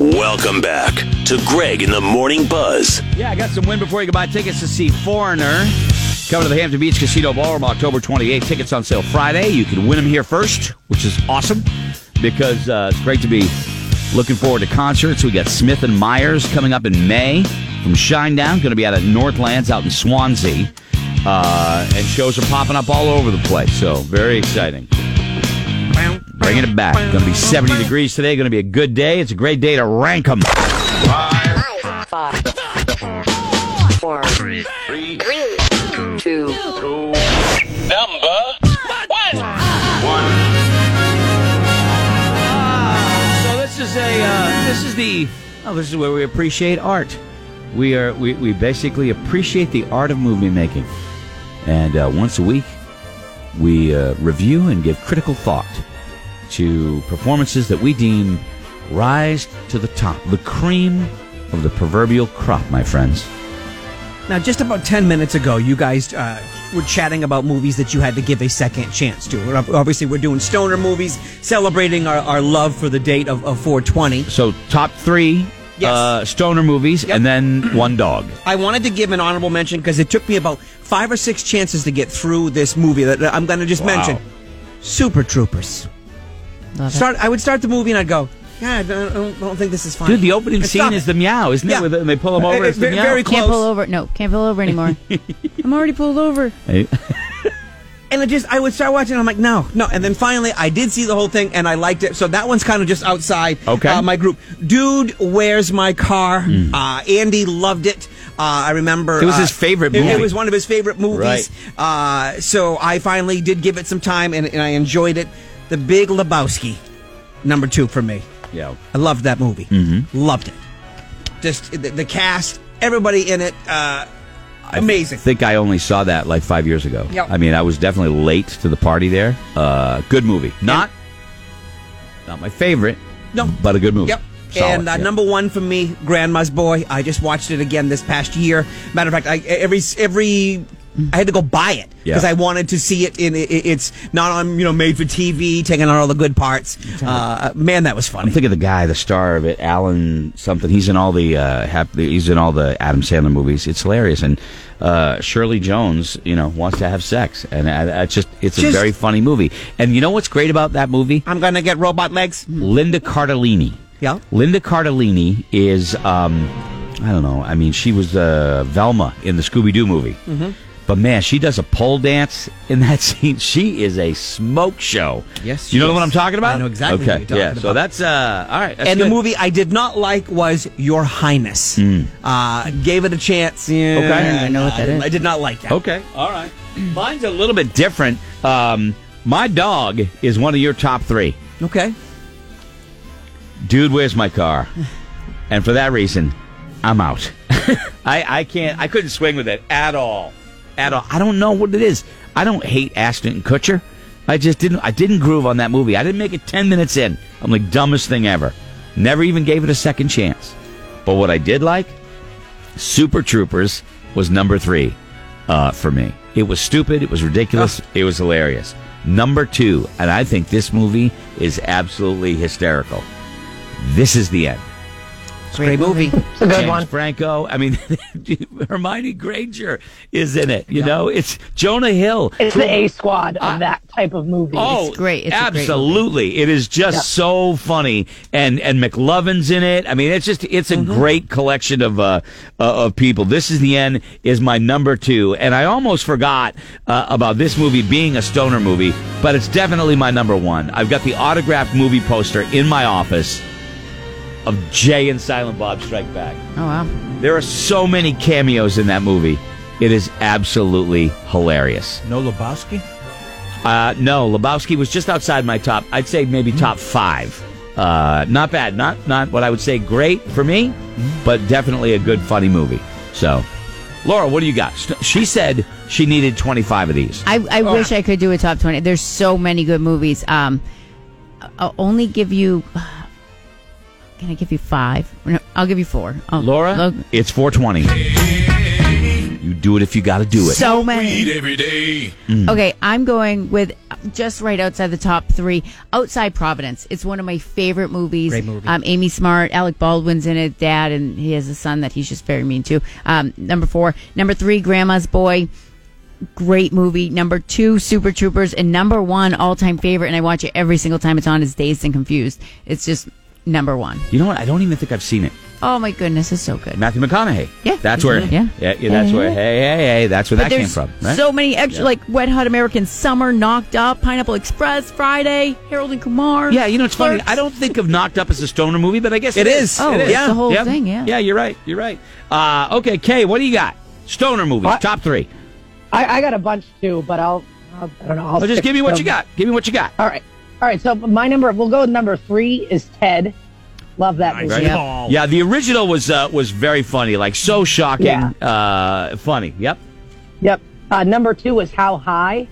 Welcome back to Greg in the Morning Buzz. Yeah, I got some win before you can buy tickets to see Foreigner. Coming to the Hampton Beach Casino Ballroom October 28th. Tickets on sale Friday. You can win them here first, which is awesome because uh, it's great to be looking forward to concerts. We got Smith and Myers coming up in May from Shinedown. Going to be out at Northlands out in Swansea. Uh, and shows are popping up all over the place. So very exciting. Bringing it back. Going to be 70 degrees today. Going to be a good day. It's a great day to rank them. Five, four, three, two. So this is a uh, this is the oh, this is where we appreciate art. We are we, we basically appreciate the art of movie making, and uh, once a week we uh, review and give critical thought to performances that we deem rise to the top, the cream of the proverbial crop, my friends. Now, just about 10 minutes ago, you guys uh, were chatting about movies that you had to give a second chance to. We're- Obviously, we're doing stoner movies, celebrating our, our love for the date of, of 420. So top three Yes. uh, stoner movies, and then one dog. I wanted to give an honorable mention because it took me about five or six chances to get through this movie that I'm going to just Wow. mention Super Troopers. Start. I would start the movie and I'd go, yeah, I don't, I don't- I don't think this is fun. Dude, the opening scene is the meow, isn't Yeah. it? With the- and they pull him over. It- it's the it- meow. very Can't close. pull over. No, can't pull over anymore. I'm already pulled over. Hey. And I just, I would start watching. and I'm like, no, no. And then finally, I did see the whole thing, and I liked it. So that one's kind of just outside Okay. Hmm. uh, my group. Dude, where's my car? Uh, Andy loved it. Uh, I remember It was uh, his favorite it- It, movie. was one of his favorite movies. Uh, so I finally did give it some time, and, and I enjoyed it. The Big Lebowski, number two for me. Yeah. I loved that movie. Mm-hmm. Loved it. Just the, the cast, everybody in it, uh, amazing. I think I only saw that like five years ago. Yep. I mean, I was definitely late to the party there. Uh, good movie. Not not my favorite. No. But a good movie. Yep. Solid, and uh, yeah. number one for me, Grandma's Boy. I just watched it again this past year. Matter of fact, I, every every I had to go buy it Yeah. because I wanted to see it. In it, it's not on you know made for TV, taking out all the good parts. Uh, man, that was I'm funny. thinking of the guy, the star of it, Alan something. He's in all the uh, hap- he's in all the Adam Sandler movies. It's hilarious. And uh, Shirley Jones, you know, wants to have sex, and I, I just it's a Just- very funny movie. And you know what's great about that movie? I'm gonna get robot legs. Linda Cardellini. Yeah. Linda Cardellini is, um, I don't know. I mean, she was uh, Velma in the Scooby Doo movie. Mm-hmm. But man, she does a pole dance in that scene. She is a smoke show. Yes, you know she what is. I'm talking about. I know exactly Okay, what you're talking yeah. So about. that's uh, all right. that's and good. Hmm. the movie I did not like was Your Highness. Uh, gave it a chance. Yeah, Okay. I don't even know what that I, is. I did not like that. Okay, all right. Mine's a little bit different. Um, my dog is one of your top three. Okay. dude, where's my car? And for that reason, I'm out. I, I can't, I couldn't swing with it at all. At all. I don't know what it is. I don't hate Ashton Kutcher. I just didn't, I didn't groove on that movie. I didn't make it 10 minutes in. I'm like, dumbest thing ever. Never even gave it a second chance. But what I did like, Super Troopers was number three uh, for me. It was stupid. It was ridiculous. It was hilarious. Number two, and I think this movie is absolutely hysterical. This is the end. Great movie. Oh, James Franco. I mean, Hermione Granger is in it. You know, it's Jonah Hill. It's the A squad of that type of movie. Oh, great. It's a great movie. absolutely! it is just so funny, and and McLovin's in it. I mean, it's just it's a Mm-hmm. great collection of uh, uh of people. This is the end is my number two, and I almost forgot uh, about this movie being a stoner movie, but it's definitely my number one. I've got the autographed movie poster in my office of Jay and Silent Bob Strike Back. Oh wow. There are so many cameos in that movie. It is absolutely hilarious. No Lebowski? Uh, no, Lebowski was just outside my top. I'd say maybe Hmm. top five. Uh, not bad. Not not what I would say great for me, Hmm. but definitely a good funny movie. So, Laura, what do you got? St- She said she needed twenty five of these. I, I wish I could do a top 20. There's so many good movies. Um, I'll only give you. Can I give you five? No, I'll give you four. I'll- Laura, I'll- it's four twenty. You do it if you got to do it. so many. Okay, I'm going with just right outside the top three. Outside Providence. It's one of my favorite movies. Great movie. Um, Amy Smart, Alec Baldwin's in it, dad, and he has a son that he's just very mean to. Um, number four. Number three, Grandma's Boy. Great movie. Number two, Super Troopers. And number one, all time favorite, and I watch it every single time it's on, is Dazed and Confused. It's just number one. you know what? I don't even think I've seen it. Oh my goodness, it's so good. Matthew McConaughey. Yeah. that's where. Yeah. yeah, yeah, that's where. Hey, hey, hey, that's where that But came there's from. Right? So many extra, like Wet Hot American Summer, Knocked Up, Pineapple Express, Friday, Harold and Kumar. Yeah, you know it's funny. Clerks. I don't think of Knocked Up as a stoner movie, but I guess It it is. Oh, It it's the whole thing, yeah. yeah, you're right. You're right. Uh, okay, Kay, what do you got? Stoner movies, What? top three. I, I got a bunch too, but I'll, I'll I don't know. I'll Oh, just stick give me what to- you got. Give me what you got. All right, all right. So my number, we'll go with number three is Ted. Love that movie. Yeah. Paul. Yeah, the original was uh, was very funny, like so shocking, Yeah. uh, funny. Yep. Yep. Uh, number two is How High.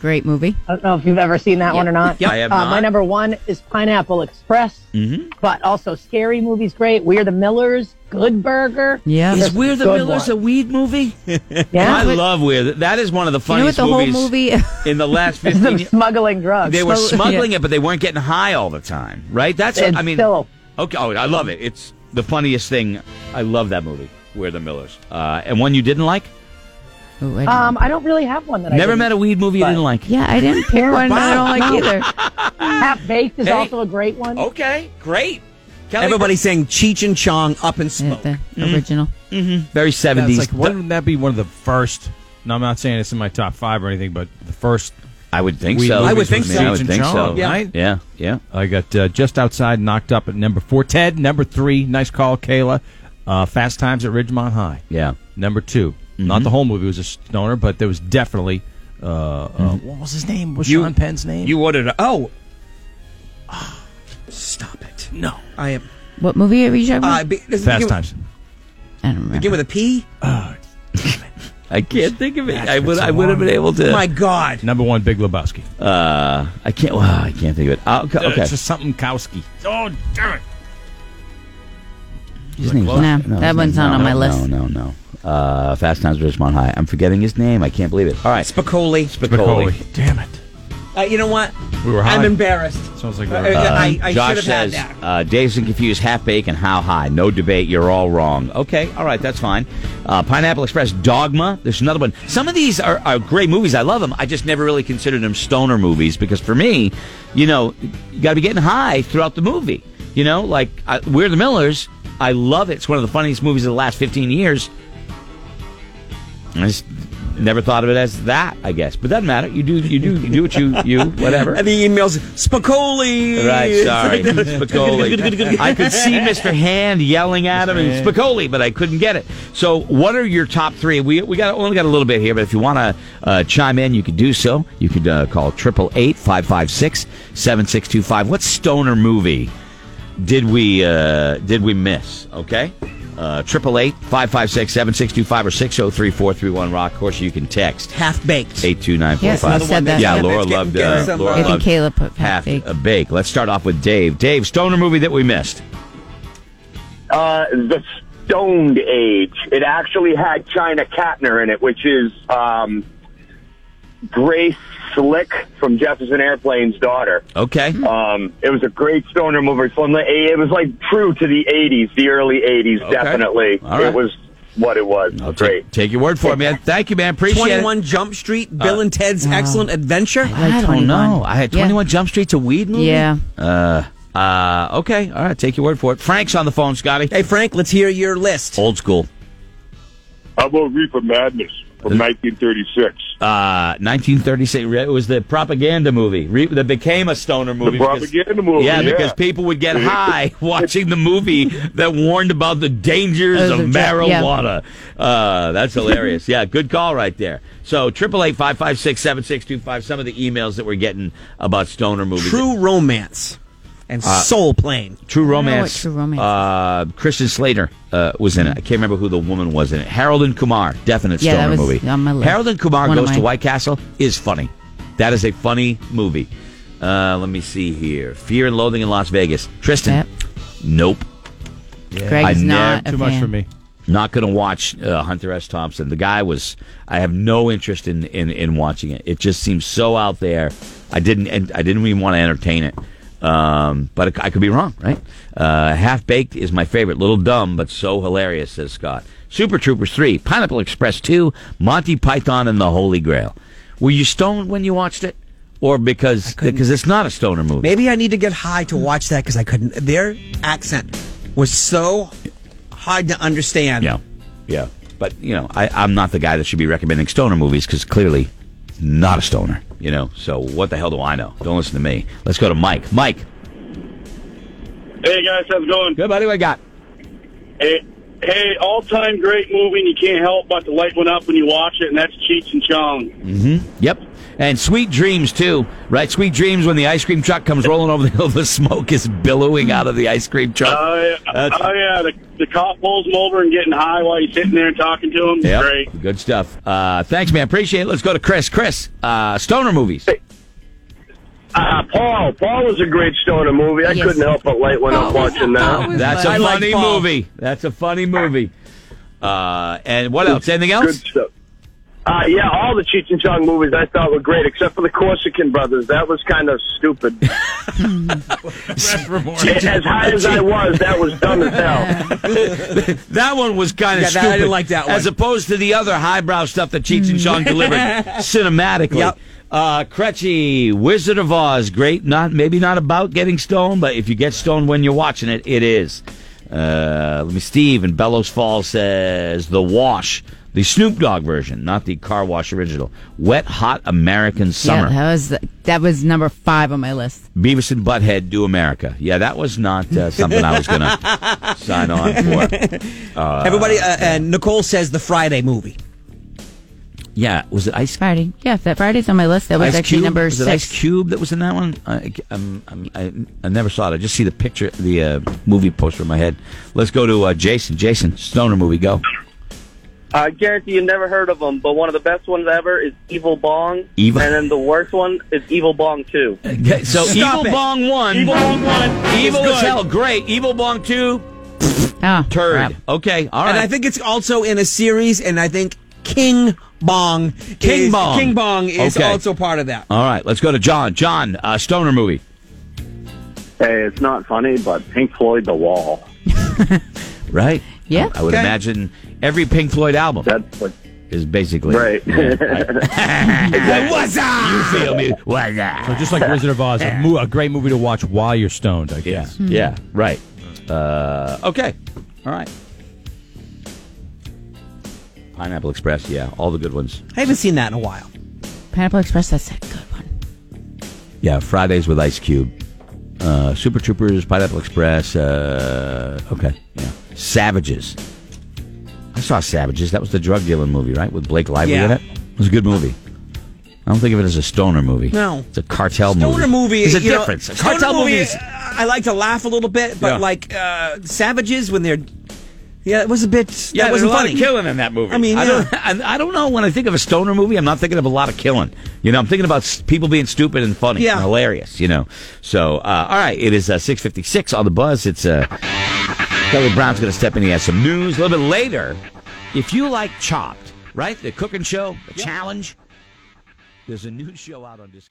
Great movie. I don't know if you've ever seen that one or not. Yep. I have uh, not. My number one is Pineapple Express, mm-hmm. but also Scary Movies great. We're the Millers, Good Burger. Yeah. There's Is some We're the good Millers ones. a weed movie? I Yeah. love We're. That is one of the You know what funniest the whole movies movie? in the last Them fifteen. years. smuggling drugs. They were Smuggle- smuggling it, but they weren't getting high all the time, right? That's It's I mean, still- okay. Oh, I love it. It's the funniest thing. I love that movie. We're the Millers. Uh, and one you didn't like? Ooh, Oh, I don't- um, I don't really have one that I Never didn't- met a weed movie you but- didn't like. Uh, yeah, I didn't pick one that I don't like either. Half Baked is Hey. Oh. also a great one. Okay, great. Kelly, Everybody's saying Cheech and Chong up in smoke. The Mm. original. very That's seventies. like, wouldn't that be one of the first? No, I'm not saying it's in my top five or anything, but the first. I would think Weed so. movies I would with think Cheech so. I would and think so. Chong, Yeah. Right? Yeah, yeah. I got uh, just outside, knocked up at number four. Ted, number three. Nice call, Kayla. Uh, Fast Times at Ridgemont High. Yeah. Number 2 Mm-hmm. Not the whole movie was a stoner, but there was definitely. Uh, uh, Mm-hmm. What was his name? Was You- Sean Penn's name? ordered. A, Oh. Ah, Stop it. no. I am. What movie are you talking Uh, about? be, does it Fast begin- Times. I don't remember. Begin with a P? I can't think of it. That's I would. so I would have long. been able to. My God. Number one, Big Lebowski. uh, I can't. Well, I can't think of it. I'll, Uh, okay. It's just something Kowski. Oh, damn it. His name's close? No, that his one's name's- not on my no, list. No, no, no. Uh, Fast Times at Ridgemont High. I'm forgetting his name. I can't believe it. All right, Spicoli. Spicoli. Spicoli. Damn it. Uh, you know what? We were high. I'm embarrassed. Sounds like Uh, we were high. I, I Josh should have says, had that. Uh, Dazed and Confused, Half Baked, and How High. No debate. You're all wrong. Okay, all right, that's fine. Uh, Pineapple Express, Dogma. There's another one. Some of these are, are great movies. I love them. I just never really considered them stoner movies because for me, you know, you got to be getting high throughout the movie. You know, like I, We're the Millers. I love it. It's one of the funniest movies of the last 15 years. I just never thought of it as that, I guess. But doesn't matter. You do, you do, you do what you, you, whatever. And the emails, Spicoli. Right, sorry. Spicoli. I could see Mr. Hand yelling at him and Spicoli, but I couldn't get it. So, what are your top three? We, we got only got a little bit here, but if you want to uh, chime in, you could do so. You could uh, call 888 556 7625. What stoner movie did we uh, did we miss? Okay. Uh, Triple eight five five six seven six two five or six zero three four three one rock. Of course, you can text Half baked. eight two nine four Yes, I five. said that. Yeah, Yeah, Laura it's loved. getting- Uh, getting some, Laura uh, I think loved Kayla put half half baked. a bake. Let's start off with Dave. Dave, stoner movie that we missed. uh, the Stoned Age. It actually had China Katner in it, which is um, Grace Slick from Jefferson Airplane's daughter. Okay. Um, it was a great stoner movie from the. It was like true to the '80s, the early '80s. Okay. Definitely, All right. it was what it was. I'll great. Take, take your word for it, man. Thank you, man. Appreciate it. 21 Jump Street, Bill and Ted's Wow. Excellent Adventure. I I had don't 21. know. I had Yeah. 21 Jump Street's a weed movie? Yeah. Uh, uh, okay. All right. Take your word for it. Frank's on the phone, Scotty. Hey, Frank, let's hear your list. Old school. How about Reefer Madness? from 1936. Uh-huh. Uh, 1936 re- it was the propaganda movie re- that became a stoner movie. propaganda movie, Yeah, yeah. because people would get high watching the movie that warned about the dangers Those of are dr- yeah. marijuana. Uh, that's hilarious. yeah, good call right there. So triple eight five five six seven six two five. Some of the emails that we're getting about stoner movies. True romance and soul plane. True know Romance. what True Romance Uh, Christian Slater uh, was in it. I can't remember who the woman was in it. Harold and Kumar, definite Yeah, that stoner was movie. on my list. Harold and Kumar One of goes to mine. White Castle is funny. That is a funny movie. Uh, let me see here. Fear and Loathing in Las Vegas. Tristan. Yep. Nope. Greg's I not never- a Too much fan. for me. Not going to watch uh, Hunter S. Thompson. The guy was. I have no interest in, in, in watching it. It just seems so out there. I didn't. And I didn't even want to entertain it. Um, but I could be wrong, right? Uh, Half baked is my favorite. Little dumb, but so hilarious, says Scott. Super Troopers three, Pineapple Express two, Monty Python and the Holy Grail. Were you stoned when you watched it, or because because it's not a stoner movie? Maybe I need to get high to watch that because I couldn't. Their accent was so hard to understand. Yeah, yeah. But you know, I, I'm not the guy that should be recommending stoner movies because clearly, not a stoner. You know, so what the hell do I know? Don't listen to me. Let's go to Mike. Mike, Hey guys, how's it going? good buddy. What do I got? Hey, hey, all-time great movie, and you can't help but to light one up when you watch it, and that's Cheech and Chong. Yep. And sweet dreams too, right? Sweet dreams when the ice cream truck comes rolling over the hill, the smoke is billowing out of the ice cream truck. Oh yeah, That's- oh yeah. The, the cop pulls him over and getting high while he's sitting there and talking to him. Yep. Great. Good stuff. Uh, thanks, man. Appreciate it. Let's go to Chris. Chris, uh, stoner movies. Uh, Paul, Paul was a great stoner movie. I Yes. couldn't help but light one Paul up was- watching Paul that. was That's a I like funny Paul. movie. That's a funny movie. Uh, and what else? Anything Good else? stuff. Uh, yeah, all the Cheech and Chong movies I thought were great, except for the Corsican Brothers. That was kind of stupid. as high as I was, that was dumb as hell. That one was kind of Yeah, that- I stupid. didn't like that one. As opposed to the other highbrow stuff that Cheech and Chong delivered cinematically. Yep. Uh, Crutchy, Wizard of Oz, great. Not maybe not about getting stoned, but if you get stoned when you're watching it, it is. Uh, let me. Steve in Bellows Falls says the Wash, the Snoop Dogg version, not the Car Wash original. Wet Hot American Summer. Yeah, that was that was number five on my list. Beavis and Butthead Do America. Yeah, that was not uh, something I was going to sign on for. Everybody, uh, and Nicole says the Friday movie. Yeah, was it Ice Friday, yeah, that Friday's on my list. That was Ice actually Cube? number was six. it Ice Cube that was in that one? I, I'm, I'm, I, I never saw it. I just see the picture, the uh, movie poster in my head. Let's go to uh, Jason. Jason, Stoner movie, go. Uh, I guarantee you never heard of them, but one of the best ones ever is Evil Bong. Evil- And then the worst one is Evil Bong 2. Okay, So Stop Evil it. Bong 1. Evil Bong 1 Evil is as good. hell. Great. Evil Bong 2. oh, Turd. crap. Okay. All right. And I think it's also in a series, and I think King Bong. King is, Bong. King Bong is Okay. also part of that. All right. Let's go to John. John, uh, Stoner movie. Hey, it's not funny, but Pink Floyd, The Wall. Right? Yeah. I, I would Okay. imagine every Pink Floyd album That's what, is basically. right. uh, What's up? You feel me? What's up? So just like Wizard of Oz, a, mo- a great movie to watch while you're stoned. I Yeah. guess. Yeah. Right. Uh, okay. All right. Pineapple Express. Yeah. All the good ones. I haven't seen that in a while. Pineapple Express. That's a good one. Yeah. Fridays with Ice Cube. Uh, Super Troopers. Pineapple Express. Uh, okay. Yeah. Savages. I saw Savages. That was the drug dealing movie, right? With Blake Lively Yeah. in it. It was a good movie. I don't think of it as a stoner movie. No. It's a cartel movie. Stoner movie There's a you know, difference. A stoner cartel movie, movie is- uh, I like to laugh a little bit, but Yeah. like uh, savages when they're yeah, it was a bit Yeah, that there's wasn't a lot funny. of killing in that movie. I mean, I, yeah. don't, I, I don't know. When I think of a stoner movie, I'm not thinking of a lot of killing. You know, I'm thinking about s- people being stupid and funny Yeah. and hilarious. You know, so uh, all right, it is uh, 6:56 on the buzz. It's uh, Kelly Brown's going to step in. He has some news a little bit later. If you like Chopped, right, the cooking show, the challenge, there's a new show out on Discovery.